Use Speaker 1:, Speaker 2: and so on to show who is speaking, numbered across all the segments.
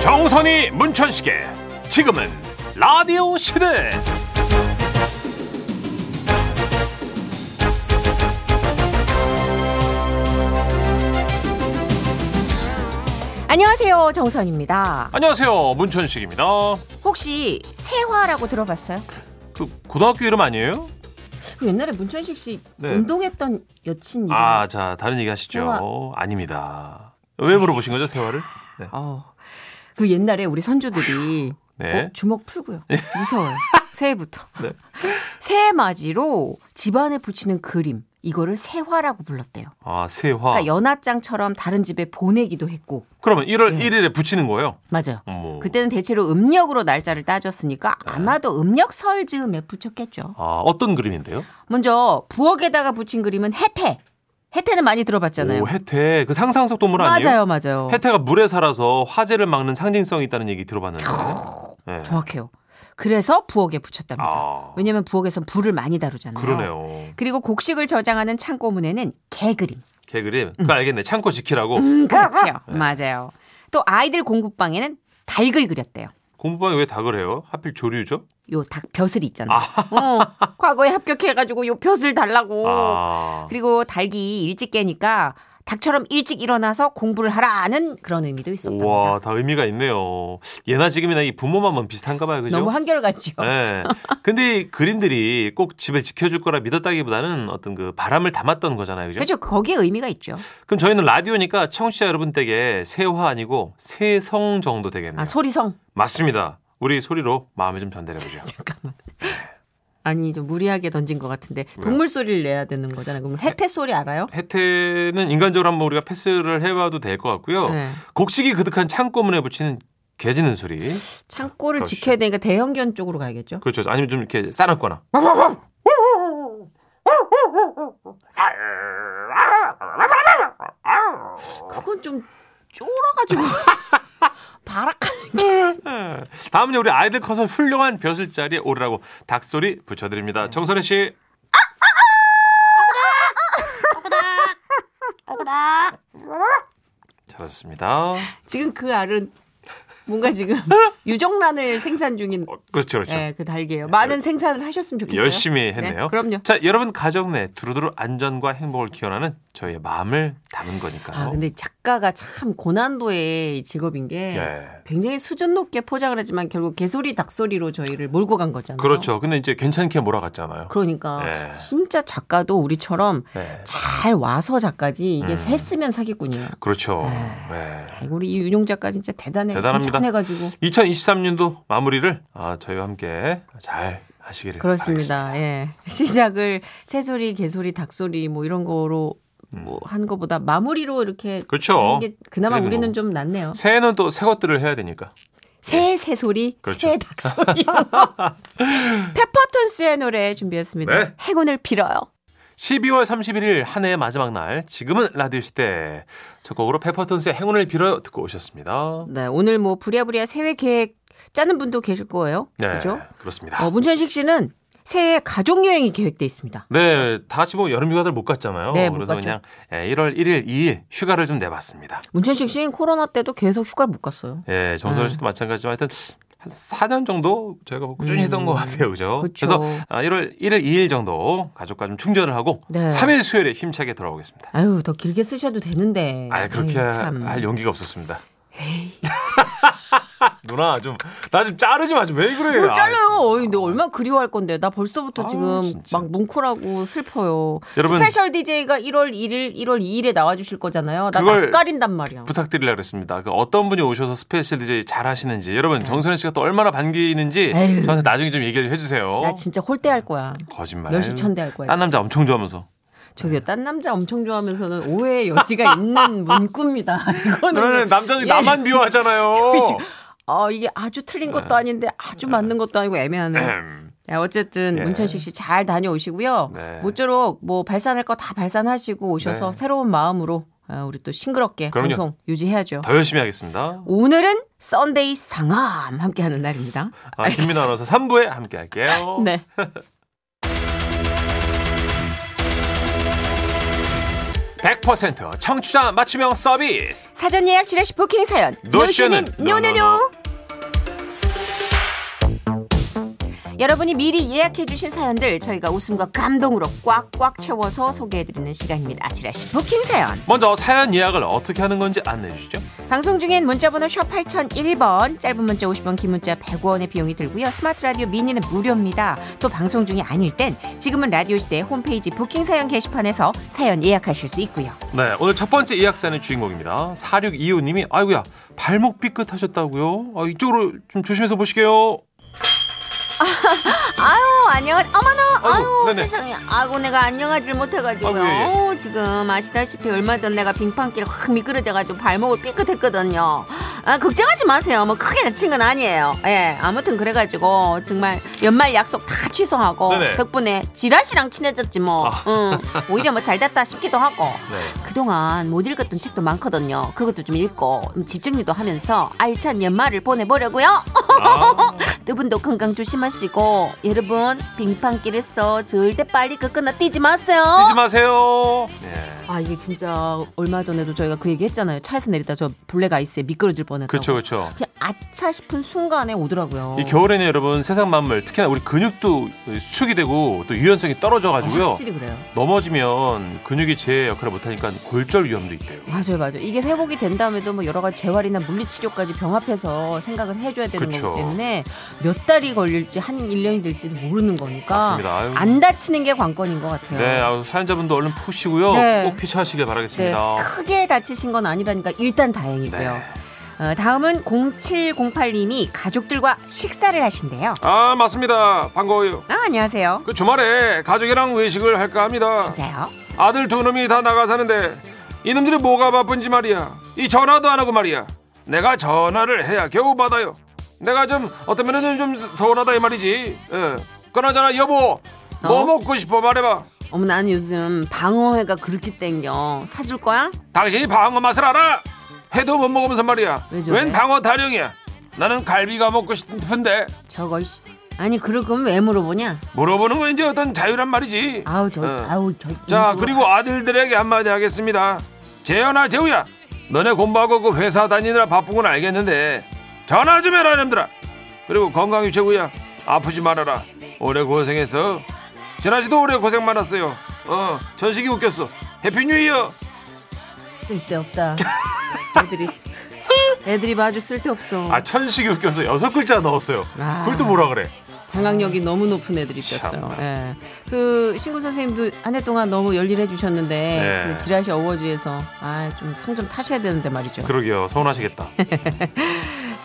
Speaker 1: 정선이 문천식의 지금은 라디오 시대
Speaker 2: 안녕하세요 정선입니다.
Speaker 1: 안녕하세요 문천식입니다
Speaker 2: 혹시 세화라고 들어봤어요?
Speaker 1: 그 고등학교 이름 아니에요?
Speaker 2: 그 옛날에 문천식 씨
Speaker 1: 네.
Speaker 2: 운동했던 여친 이름.
Speaker 1: 아 자 다른 얘기 하시죠
Speaker 2: 네. 세화.
Speaker 1: 아닙니다 왜 물어보신 거죠 세화를? 네.
Speaker 2: 어. 그 옛날에 우리 선조들이
Speaker 1: 네. 예.
Speaker 2: 어, 주먹 풀고요. 무서워요. 새해부터.
Speaker 1: 네.
Speaker 2: 새해 맞이로 집안에 붙이는 그림 이거를 세화라고 불렀대요.
Speaker 1: 아 세화
Speaker 2: 그러니까 연하장처럼 다른 집에 보내기도 했고.
Speaker 1: 그러면 1월
Speaker 2: 예.
Speaker 1: 1일에 붙이는 거예요? 네.
Speaker 2: 맞아요.
Speaker 1: 어머.
Speaker 2: 그때는 대체로 음력으로 날짜를 따졌으니까 아마도 음력 설 즈음에 붙였겠죠.
Speaker 1: 아 어떤 그림인데요?
Speaker 2: 먼저 부엌에다가 붙인 그림은 해태. 해태는 많이 들어봤잖아요.
Speaker 1: 오 해태 그 상상 속 동물 아니에요?
Speaker 2: 맞아요, 맞아요.
Speaker 1: 해태가 물에 살아서 화재를 막는 상징성이 있다는 얘기 들어봤는데 네.
Speaker 2: 정확해요. 그래서 부엌에 붙였답니다.
Speaker 1: 아.
Speaker 2: 왜냐면 부엌에선 불을 많이 다루잖아요.
Speaker 1: 그러네요
Speaker 2: 리고 곡식을 저장하는 창고문에는 개그림.
Speaker 1: 개그림 그거 알겠네 창고 지키라고
Speaker 2: 음, 그렇죠. 맞아요. 또 아이들 공부방에는 닭을 그렸대요.
Speaker 1: 공부방에 왜 닭을 해요? 하필 조류죠?
Speaker 2: 요 닭 벼슬이 있잖아요. 어, 과거에 합격해가지고 요 벼슬 달라고.
Speaker 1: 아.
Speaker 2: 그리고 닭이 일찍 깨니까 닭처럼 일찍 일어나서 공부를 하라는 그런 의미도 있었답니다.
Speaker 1: 우와, 다 의미가 있네요. 예나 지금이나 이 부모만은 비슷한가 봐요, 그죠?
Speaker 2: 너무 한결같죠.
Speaker 1: 예. 근데 이 그림들이 꼭 집을 지켜줄 거라 믿었다기보다는 어떤 그 바람을 담았던 거잖아요, 그죠?
Speaker 2: 그렇죠. 거기에 의미가 있죠.
Speaker 1: 그럼 저희는 라디오니까 청취자 여러분 댁에 새화 아니고 새성 정도 되겠네요.
Speaker 2: 아 소리성.
Speaker 1: 맞습니다. 우리 소리로 마음을 좀 전달해보죠.
Speaker 2: 잠깐만. 아니 좀 무리하게 던진 것 같은데
Speaker 1: 왜요?
Speaker 2: 동물 소리를 내야 되는 거잖아요. 그럼 해태 소리 알아요?
Speaker 1: 혜태는 인간적으로 한번 우리가 패스를 해봐도 될 것 같고요.
Speaker 2: 네.
Speaker 1: 곡식이 그득한 창고문에 붙이는 개짖는 소리.
Speaker 2: 창고를
Speaker 1: 그렇죠.
Speaker 2: 지켜야 되니까 대형견 쪽으로 가야겠죠.
Speaker 1: 그렇죠. 아니면 좀 이렇게 싸놨거나.
Speaker 2: 그건 좀 쫄아가지고 바락하는 게.
Speaker 1: 다음은 우리 아이들 커서 훌륭한 벼슬 자리에 오르라고 닭소리 붙여드립니다. 정선혜 씨. 잘하셨습니다.
Speaker 2: 지금 그 알은 뭔가 지금 유정란을 생산 중인
Speaker 1: 어, 그렇죠, 그렇죠.
Speaker 2: 예, 그 달기예요. 많은 생산을 하셨으면 좋겠어요.
Speaker 1: 열심히 했네요.
Speaker 2: 네, 그럼요.
Speaker 1: 자, 여러분 가정 내 두루두루 안전과 행복을 기원하는 저희의 마음을 담은 거니까요.
Speaker 2: 아 근데 작가가 참 고난도의 직업인 게
Speaker 1: 예.
Speaker 2: 굉장히 수준 높게 포장을 하지만 결국 개소리 닭소리로 저희를 몰고 간 거잖아요.
Speaker 1: 그렇죠. 근데 이제 괜찮게 몰아갔잖아요.
Speaker 2: 그러니까
Speaker 1: 예.
Speaker 2: 진짜 작가도 우리처럼
Speaker 1: 네.
Speaker 2: 잘 와서 작가지
Speaker 1: 음.
Speaker 2: 이게 새 쓰면 사기꾼이에요.
Speaker 1: 그렇죠. 네.
Speaker 2: 아이고, 우리 이 윤용 작가 진짜 대단해.
Speaker 1: 대단합니다.
Speaker 2: 해가지고
Speaker 1: 2023년도 마무리를 아, 저희와 함께 잘 하시기를 바라겠습니다.
Speaker 2: 그렇습니다. 예. 시작을 새소리, 개소리, 닭소리 뭐 이런 거로 뭐 한 거보다 마무리로 이렇게
Speaker 1: 음. 그렇죠.
Speaker 2: 하는 게 그나마
Speaker 1: 그래도
Speaker 2: 우리는
Speaker 1: 뭐.
Speaker 2: 좀 낫네요.
Speaker 1: 새해는 또 새 것들을 해야 되니까.
Speaker 2: 새 새소리,
Speaker 1: 그렇죠.
Speaker 2: 새 닭소리. 페퍼톤스의 노래 준비했습니다.
Speaker 1: 네.
Speaker 2: 행운을 빌어요.
Speaker 1: 12월 31일 한 해의 마지막 날 지금은 라디오 시대 첫 곡으로 페퍼톤스의 행운을 빌어 듣고 오셨습니다.
Speaker 2: 네, 오늘 뭐 부랴부랴 새해 계획 짜는 분도 계실 거예요.
Speaker 1: 네,
Speaker 2: 그죠?
Speaker 1: 습니다
Speaker 2: 어, 문천식 씨는 새해 가족 여행이 계획돼 있습니다.
Speaker 1: 네, 다 같이 뭐 여름 휴가들 못 갔잖아요.
Speaker 2: 네, 못
Speaker 1: 그래서
Speaker 2: 갔죠.
Speaker 1: 그냥 예, 1월 1일, 2일 휴가를 좀 내봤습니다.
Speaker 2: 문천식 씨는 코로나 때도 계속 휴가를 못 갔어요.
Speaker 1: 예,
Speaker 2: 음.
Speaker 1: 정선우 씨도 마찬가지지만 하여튼 한 4년 정도 저희가 뭐 꾸준히 했던 것 같아요. 그죠?
Speaker 2: 음, 그쵸.
Speaker 1: 래서 아, 1월 1일, 2일 정도 가족과 좀 충전을 하고
Speaker 2: 네.
Speaker 1: 3일 수요일에 힘차게 돌아오겠습니다.
Speaker 2: 아유, 더 길게 쓰셔도 되는데.
Speaker 1: 아, 그렇게
Speaker 2: 에이, 음, 참.
Speaker 1: 할 용기가 없었습니다. 누나 좀 나 좀 자르지 마 좀 왜 그래요? 아,
Speaker 2: 뭘 잘라요? 어이, 너 얼마나 그리워할 건데. 나 벌써부터
Speaker 1: 아유,
Speaker 2: 지금
Speaker 1: 진짜.
Speaker 2: 막 뭉클하고 슬퍼요.
Speaker 1: 여러분.
Speaker 2: 스페셜 DJ가 1월 1일, 1월 2일에 나와주실 거잖아요. 나
Speaker 1: 그걸
Speaker 2: 낯가린단 말이야.
Speaker 1: 부탁드리려 그랬습니다. 그 어떤 분이 오셔서 스페셜 DJ 잘 하시는지 여러분 정선혜 씨가 또 얼마나 반기는지
Speaker 2: 네. 에휴.
Speaker 1: 저한테 나중에 좀 얘기를 해주세요.
Speaker 2: 나 진짜 홀대할 거야.
Speaker 1: 거짓말.
Speaker 2: 멸시천대할 거야.
Speaker 1: 딴 남자 엄청 좋아하면서.
Speaker 2: 저기요, 딴 남자 엄청 좋아하면서는 오해의 여지가 있는 문구입니다. 이거는.
Speaker 1: 그러면 남자는
Speaker 2: 예.
Speaker 1: 나만 미워하잖아요.
Speaker 2: 어, 이게 아주 틀린
Speaker 1: 네.
Speaker 2: 것도 아닌데 아주 맞는 것도 아니고 애매하네.
Speaker 1: 음.
Speaker 2: 자, 어쨌든
Speaker 1: 예.
Speaker 2: 문천식 씨 잘 다녀오시고요.
Speaker 1: 네.
Speaker 2: 모쪼록 뭐 발산할 거 다 발산하시고
Speaker 1: 네.
Speaker 2: 오셔서 새로운 마음으로 어, 우리 또 싱그럽게
Speaker 1: 그럼요.
Speaker 2: 방송 유지해야죠.
Speaker 1: 더 열심히 하겠습니다.
Speaker 2: 오늘은 썬데이 상암 함께하는 날입니다.
Speaker 1: 아, 어. 김민아 아나운서 3부에 함께 할게요.
Speaker 2: 네.
Speaker 1: 100% 청취자 맞춤형 서비스.
Speaker 2: 사전 예약 지라시 부킹 사연.
Speaker 1: 노션은
Speaker 2: 노노노. 여러분이 미리 예약해주신 사연들 저희가 웃음과 감동으로 꽉꽉 채워서 소개해드리는 시간입니다. 지라시 부킹 사연.
Speaker 1: 먼저 사연 예약을 어떻게 하는 건지 안내해 주시죠.
Speaker 2: 방송 중엔 문자번호 샵 8001번, 짧은 문자 50원, 긴 문자 100원의 비용이 들고요. 스마트 라디오 미니는 무료입니다. 또 방송 중이 아닐 땐 지금은 라디오 시대 홈페이지 부킹 사연 게시판에서 사연 예약하실 수 있고요.
Speaker 1: 네, 오늘 첫 번째 예약 사연의 주인공입니다. 4625님이 아이고야 발목 삐끗하셨다고요? 아, 이쪽으로 좀 조심해서 보시게요.
Speaker 2: 어, 안녕. 어머나.
Speaker 1: 아이고,
Speaker 2: 아유,
Speaker 1: 네네.
Speaker 2: 세상에. 아고 내가 안녕하질 못해가지고요.
Speaker 1: 아이고, 예, 예.
Speaker 2: 어우, 지금 아시다시피 얼마 전 내가 빙판길에 확 미끄러져가지고 발목을 삐끗했거든요. 아, 걱정하지 마세요. 뭐 크게 다친 건 아니에요. 예, 아무튼 그래가지고 정말 연말 약속 다 취소하고
Speaker 1: 네네.
Speaker 2: 덕분에 지라시랑 친해졌지 뭐.
Speaker 1: 아.
Speaker 2: 응, 오히려 뭐 잘됐다 싶기도 하고.
Speaker 1: 네.
Speaker 2: 그동안 못 읽었던 책도 많거든요. 그것도 좀 읽고 집중리도 하면서 알찬 연말을 보내보려고요.
Speaker 1: 아,
Speaker 2: 두 분도 건강 조심하시고 여러분 빙판길에서 절대 빨리 그 끝나 뛰지 마세요.
Speaker 1: 뛰지 마세요. 네.
Speaker 2: 아 이게 진짜 얼마 전에도 저희가 그 얘기했잖아요. 차에서 내리다 저 블랙 아이스에 미끄러질 뻔했다고.
Speaker 1: 그렇죠, 그렇죠.
Speaker 2: 그냥 아차 싶은 순간에 오더라고요.
Speaker 1: 이 겨울에는 여러분 세상 만물 특히나 우리 근육도 수축이 되고 또 유연성이 떨어져 가지고요.
Speaker 2: 아, 확실히 그래요.
Speaker 1: 넘어지면 근육이 제 역할을 못하니까 골절 위험도 있대요.
Speaker 2: 맞아요, 맞아요. 이게 회복이 된 다음에도 뭐 여러 가지 재활이나 물리치료까지 병합해서 생각을 해줘야 되는
Speaker 1: 그쵸.
Speaker 2: 거기 때문에 몇 달이 걸릴지 한 일년이 될지도 모르는 거니까
Speaker 1: 맞습니다. 아유.
Speaker 2: 안 다치는 게 관건인 것 같아요.
Speaker 1: 네, 아유, 사연자분도 얼른 푸시고요.
Speaker 2: 네.
Speaker 1: 꼭 피차하시길
Speaker 2: 네,
Speaker 1: 바라겠습니다.
Speaker 2: 크게 다치신 건 아니라니까 일단 다행이고요.
Speaker 1: 네.
Speaker 2: 어, 다음은 0708님이 가족들과 식사를 하신대요.
Speaker 1: 아, 맞습니다. 반가워요.
Speaker 2: 아, 안녕하세요.
Speaker 1: 그 주말에 가족이랑 외식을 할까 합니다.
Speaker 2: 진짜요?
Speaker 1: 아들 두 놈이 다 나가 사는데 이놈들이 뭐가 바쁜지 말이야. 이 전화도 안 하고 말이야. 내가 전화를 해야 겨우 받아요. 내가 좀 어떤 면에서 좀 서운하다 이 말이지. 예. 그나저나 여보 뭐
Speaker 2: 어?
Speaker 1: 먹고 싶어 말해봐.
Speaker 2: 어머, 난 요즘 방어회가 그렇게 땡겨. 사줄 거야?
Speaker 1: 당신이 방어 맛을 알아? 해도 못 먹으면서 말이야.
Speaker 2: 왜 저래?
Speaker 1: 웬 방어 타령이야? 나는 갈비가 먹고 싶은데
Speaker 2: 저거, 씨. 아니, 그럴 거면 왜 물어보냐?
Speaker 1: 물어보는 건 이제 어떤 자유란 말이지.
Speaker 2: 아우, 저,
Speaker 1: 어.
Speaker 2: 아우, 저.
Speaker 1: 자
Speaker 2: 인조.
Speaker 1: 그리고 아들들에게 한마디 하겠습니다 재현아 재우야 너네 공부하고 그 회사 다니느라 바쁜 건 알겠는데 전화 좀 해라 이놈들아 그리고 건강이 최고야 아프지 말아라 오래 고생했어 지나씨도 오래 고생 많았어요 어 전식이 웃겼어 해피 뉴 이어
Speaker 2: 쓸데없다. 애들이. 애들이 아주 쓸데없어.
Speaker 1: 천식이 웃겨서 여섯 글자 넣었어요
Speaker 2: 아.
Speaker 1: 그걸 또 뭐라 그래
Speaker 2: 장악력이 너무 높은 애들이 있었어요.
Speaker 1: 참나.
Speaker 2: 예. 그 신구 선생님도 한 해 동안 너무 열일해 주셨는데
Speaker 1: 네.
Speaker 2: 그 지라시 어워즈에서 아 좀 상 좀 타셔야 되는데 말이죠.
Speaker 1: 그러게요 서운하시겠다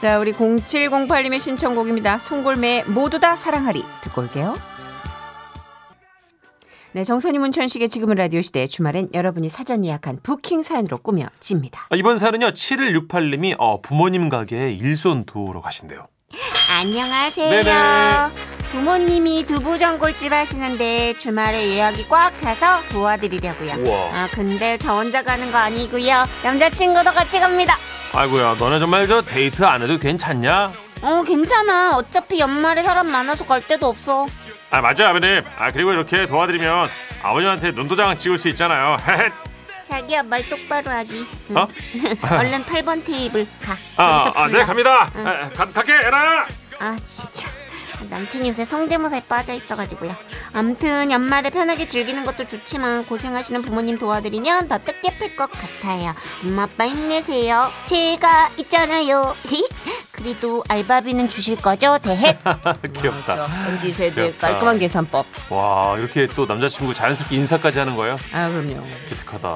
Speaker 2: 자, 우리 0708님의 신청곡입니다. 송골매 모두 다 사랑하리 듣고 올게요. 네, 정선이 문천식의 지금은 라디오 시대 주말엔 여러분이 사전 예약한 부킹 사연으로 꾸며집니다.
Speaker 1: 아, 이번 사연은요 7168님이 어, 부모님 가게에 일손 도우러 가신대요
Speaker 3: 안녕하세요.
Speaker 1: 네네.
Speaker 3: 부모님이 두부전골집 하시는데 주말에 예약이 꽉 차서 도와드리려고요.
Speaker 1: 우와
Speaker 3: 아 근데 저 혼자 가는 거 아니고요. 남자친구도 같이 갑니다.
Speaker 1: 아이고야 너네 정말 저 데이트 안 해도 괜찮냐
Speaker 3: 어 괜찮아. 어차피 연말에 사람 많아서 갈 데도 없어.
Speaker 1: 아 맞아요 아버님 아 그리고 이렇게 도와드리면 아버님한테 눈도장 찍을 수 있잖아요
Speaker 3: 자기야 말 똑바로 하기. 응.
Speaker 1: 어?
Speaker 3: 얼른 8번 테이블 가.
Speaker 1: 아네
Speaker 3: 거기서 불러.
Speaker 1: 갑니다 아, 가, 갈게 에라
Speaker 3: 아 진짜. 남친이 요새 성대모사에 빠져 있어가지고요. 암튼 연말에 편하게 즐기는 것도 좋지만 고생하시는 부모님 도와드리면 더 뜻깊을 것 같아요. 엄마 아빠 힘내세요. 제가 있잖아요. 그래도 알바비는 주실 거죠? 대해.
Speaker 1: 귀엽다
Speaker 2: MZ 그렇죠. 세대
Speaker 1: 귀엽다.
Speaker 2: 깔끔한 계산법.
Speaker 1: 와 이렇게 또 남자친구 자연스럽게 인사까지 하는 거예요
Speaker 2: 아, 그럼요.
Speaker 1: 기특하다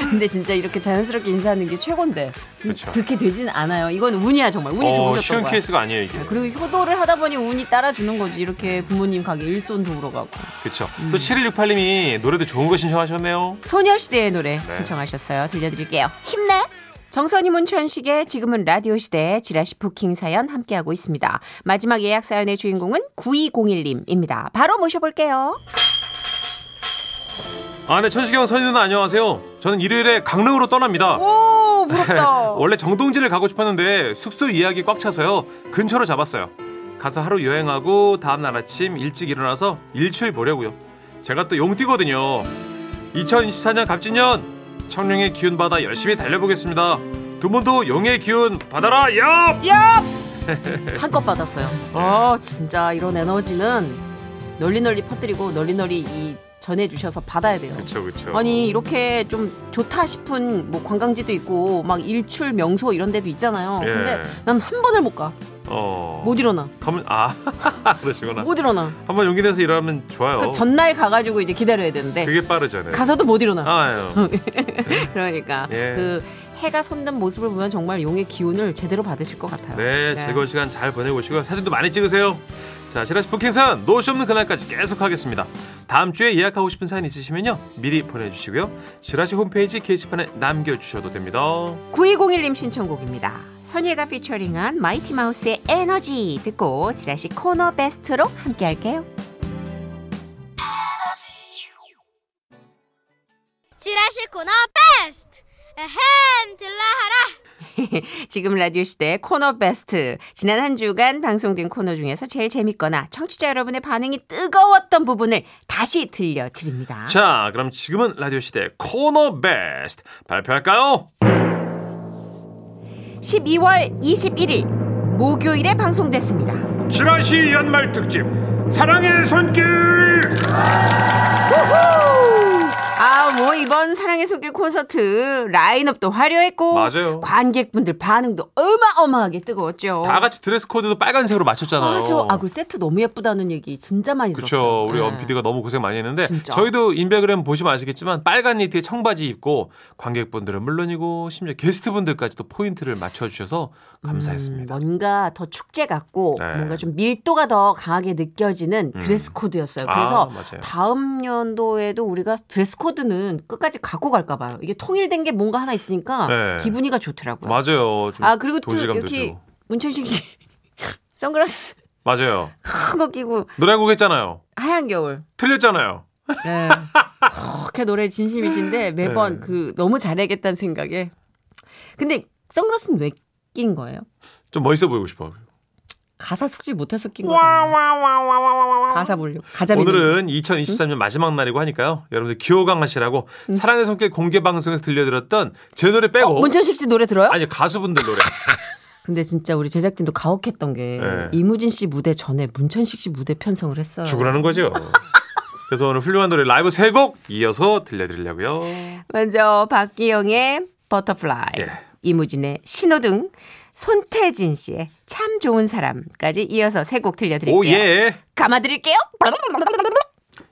Speaker 2: 근데 진짜 이렇게 자연스럽게 인사하는 게 최고인데
Speaker 1: 그렇죠.
Speaker 2: 그렇게 되진 않아요. 이건 운이야 정말 운이
Speaker 1: 어,
Speaker 2: 좋으셨던
Speaker 1: 쉬운
Speaker 2: 거야. 네.
Speaker 1: 케이스가 아니에요 이게
Speaker 2: 그리고 효도를 하다 보니 운이 따라주는 거지. 이렇게 부모님 가게 일손 도우러 가고.
Speaker 1: 그렇죠
Speaker 2: 음.
Speaker 1: 또 7168님이 노래도 좋은 거 신청하셨네요
Speaker 2: 소녀시대의 노래
Speaker 1: 네.
Speaker 2: 신청하셨어요. 들려드릴게요.
Speaker 3: 힘내.
Speaker 2: 정선이 문천식의 지금은 라디오 시대 지라시 부킹 사연 함께하고 있습니다. 마지막 예약 사연의 주인공은 9201님입니다. 바로 모셔볼게요.
Speaker 1: 아네 천식형 선희 누나 안녕하세요 저는 일요일에 강릉으로 떠납니다
Speaker 2: 오, 부럽다.
Speaker 1: 원래 정동진을 가고 싶었는데 숙소 예약이 꽉 차서요 근처로 잡았어요 가서 하루 여행하고 다음날 아침 일찍 일어나서 일출 보려고요 제가 또 용띠거든요 2024년 갑진년 청룡의 기운 받아 열심히 달려보겠습니다. 두 분도 용의 기운 받아라. 얍!
Speaker 2: 한껏 받았어요. 아 진짜 이런 에너지는 널리 널리 퍼뜨리고 널리 널리 이 전해주셔서 받아야 돼요.
Speaker 1: 그렇죠, 그렇죠.
Speaker 2: 아니 이렇게 좀 좋다 싶은 뭐 관광지도 있고 막 일출 명소 이런 데도 있잖아요.
Speaker 1: 예.
Speaker 2: 근데 난 한 번을 못 가.
Speaker 1: 어.
Speaker 2: 못 일어나.
Speaker 1: 가면 아 그러시구나.
Speaker 2: 못 일어나.
Speaker 1: 한번 용기 내서 일하면 좋아요.
Speaker 2: 뭐? 그 전날 가가지고 이제 기다려야 되는데
Speaker 1: 그게 빠르잖아요.
Speaker 2: 가서도 못 일어나.
Speaker 1: 아유.
Speaker 2: 그러니까
Speaker 1: 예.
Speaker 2: 그 해가 솟는 모습을 보면 정말 용의 기운을 제대로 받으실 것 같아요.
Speaker 1: 네, 즐거운 시간 잘 보내보시고요. 사진도 많이 찍으세요. 자, 지라시 부킹 사연 노쇼 없는 그날까지 계속 하겠습니다. 다음 주에 예약하고 싶은 사연 있으시면요. 미리 보내주시고요. 지라시 홈페이지 게시판에 남겨주셔도 됩니다.
Speaker 4: 9201님 신청곡입니다. 선예가 피처링한 마이티 마우스의 에너지 듣고 지라시 코너 베스트로 함께 할게요.
Speaker 3: 지라시 코너 베스트! 에헴, 들라하라!
Speaker 4: 지금 라디오 시대 코너 베스트. 지난 한 주간 방송된 코너 중에서 제일 재밌거나 청취자 여러분의 반응이 뜨거웠던 부분을 다시 들려드립니다.
Speaker 2: 아.
Speaker 1: 자, 그럼 지금은 라디오 시대 코너 베스트 발표할까요?
Speaker 4: 12월 21일 목요일에 방송됐습니다.
Speaker 1: 지라시 연말 특집 사랑의 손길.
Speaker 4: 아, 뭐 이번 사랑의 손길 콘서트 라인업도 화려했고
Speaker 1: 맞아요.
Speaker 4: 관객분들 반응도 어마어마하게 뜨거웠죠.
Speaker 1: 다 같이 드레스 코드도 빨간색으로 맞췄잖아요.
Speaker 2: 아, 저, 아, 그 세트 너무 예쁘다는 얘기 진짜 많이
Speaker 1: 그렇죠.
Speaker 2: 들었어요.
Speaker 1: 우리
Speaker 2: 네.
Speaker 1: 엄 PD가 너무 고생 많이 했는데
Speaker 2: 진짜.
Speaker 1: 저희도 인별그램 보시면 아시겠지만 빨간 니트에 청바지 입고 관객분들은 물론이고 심지어 게스트분들까지도 포인트를 맞춰주셔서 감사했습니다.
Speaker 2: 음, 뭔가 더 축제 같고
Speaker 1: 네. 음.
Speaker 2: 뭔가 좀 밀도가 더 강하게 느껴지는 드레스 코드였어요.
Speaker 1: 아,
Speaker 2: 그래서
Speaker 1: 맞아요.
Speaker 2: 다음 연도에도 우리가 드레스 코드는 끝까지 갖고 갈까 봐요. 이게 통일된 게 뭔가 하나 있으니까
Speaker 1: 네.
Speaker 2: 기분이가 좋더라고요.
Speaker 1: 맞아요. 좀
Speaker 2: 아 그리고 또
Speaker 1: 동질감도
Speaker 2: 여기
Speaker 1: 주고.
Speaker 2: 문천식 씨 선글라스
Speaker 1: 맞아요.
Speaker 2: 큰 거 끼고
Speaker 1: 노래곡 했잖아요.
Speaker 2: 하얀 겨울.
Speaker 1: 틀렸잖아요.
Speaker 2: 네. 그렇게 노래 진심이신데 매번
Speaker 1: 네.
Speaker 2: 그 너무 잘해야겠다는 생각에. 근데 선글라스는 왜 낀 거예요?
Speaker 1: 좀 멋있어 보이고 싶어.
Speaker 2: 가사 숙지 못해서 낀 거예요. 가사 보려고. 가자
Speaker 1: 오늘은
Speaker 2: 음?
Speaker 1: 2023년 마지막 날이고 하니까요. 여러분들 기호강하시라고 사랑의 손길 공개 방송에서 들려드렸던 제 노래
Speaker 2: 음. 어,
Speaker 1: 빼고
Speaker 2: 문천식 씨 노래 들어요?
Speaker 1: 아니 가수분들 노래.
Speaker 2: 근데 진짜 우리 제작진도 가혹했던 게
Speaker 1: 네.
Speaker 2: 이무진 씨 무대 전에 문천식 씨 무대 편성을 했어요.
Speaker 1: 죽으라는 거죠. 그래서 오늘 훌륭한 노래 라이브 세 곡 이어서 들려드리려고요.
Speaker 4: 먼저 박기영의 버터플라이,
Speaker 1: 예.
Speaker 4: 이무진의 신호등, 손태진 씨의 참 좋은 사람까지 이어서 세 곡 들려드릴게요.
Speaker 1: 오 예.
Speaker 4: 감아드릴게요.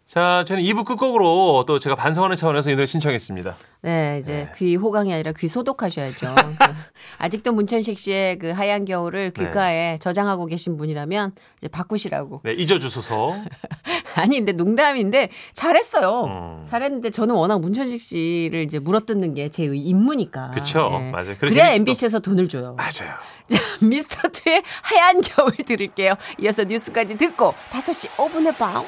Speaker 1: 자, 저는 2부 끝곡으로 또 제가 반성하는 차원에서 이 노래 신청했습니다.
Speaker 2: 네, 이제 귀 호강이 아니라 귀 소독하셔야죠. 아직도 문천식 씨의 그 하얀 겨울을
Speaker 1: 네.
Speaker 2: 귓가에 저장하고 계신 분이라면 이제 바꾸시라고.
Speaker 1: 네, 잊어주소서.
Speaker 2: 아니 근데 농담인데 잘했어요.
Speaker 1: 음.
Speaker 2: 잘했는데 저는 워낙 문천식 씨를 이제 물어뜯는 게 제 임무니까. 예.
Speaker 1: 그쵸. 맞아요. 그래야
Speaker 2: 그래야
Speaker 1: 재밌죠.
Speaker 2: MBC에서 돈을 줘요.
Speaker 1: 맞아요.
Speaker 2: 자, 미스터 트의 하얀 겨울 들을게요. 이어서 뉴스까지 듣고 5시 5분에 봐.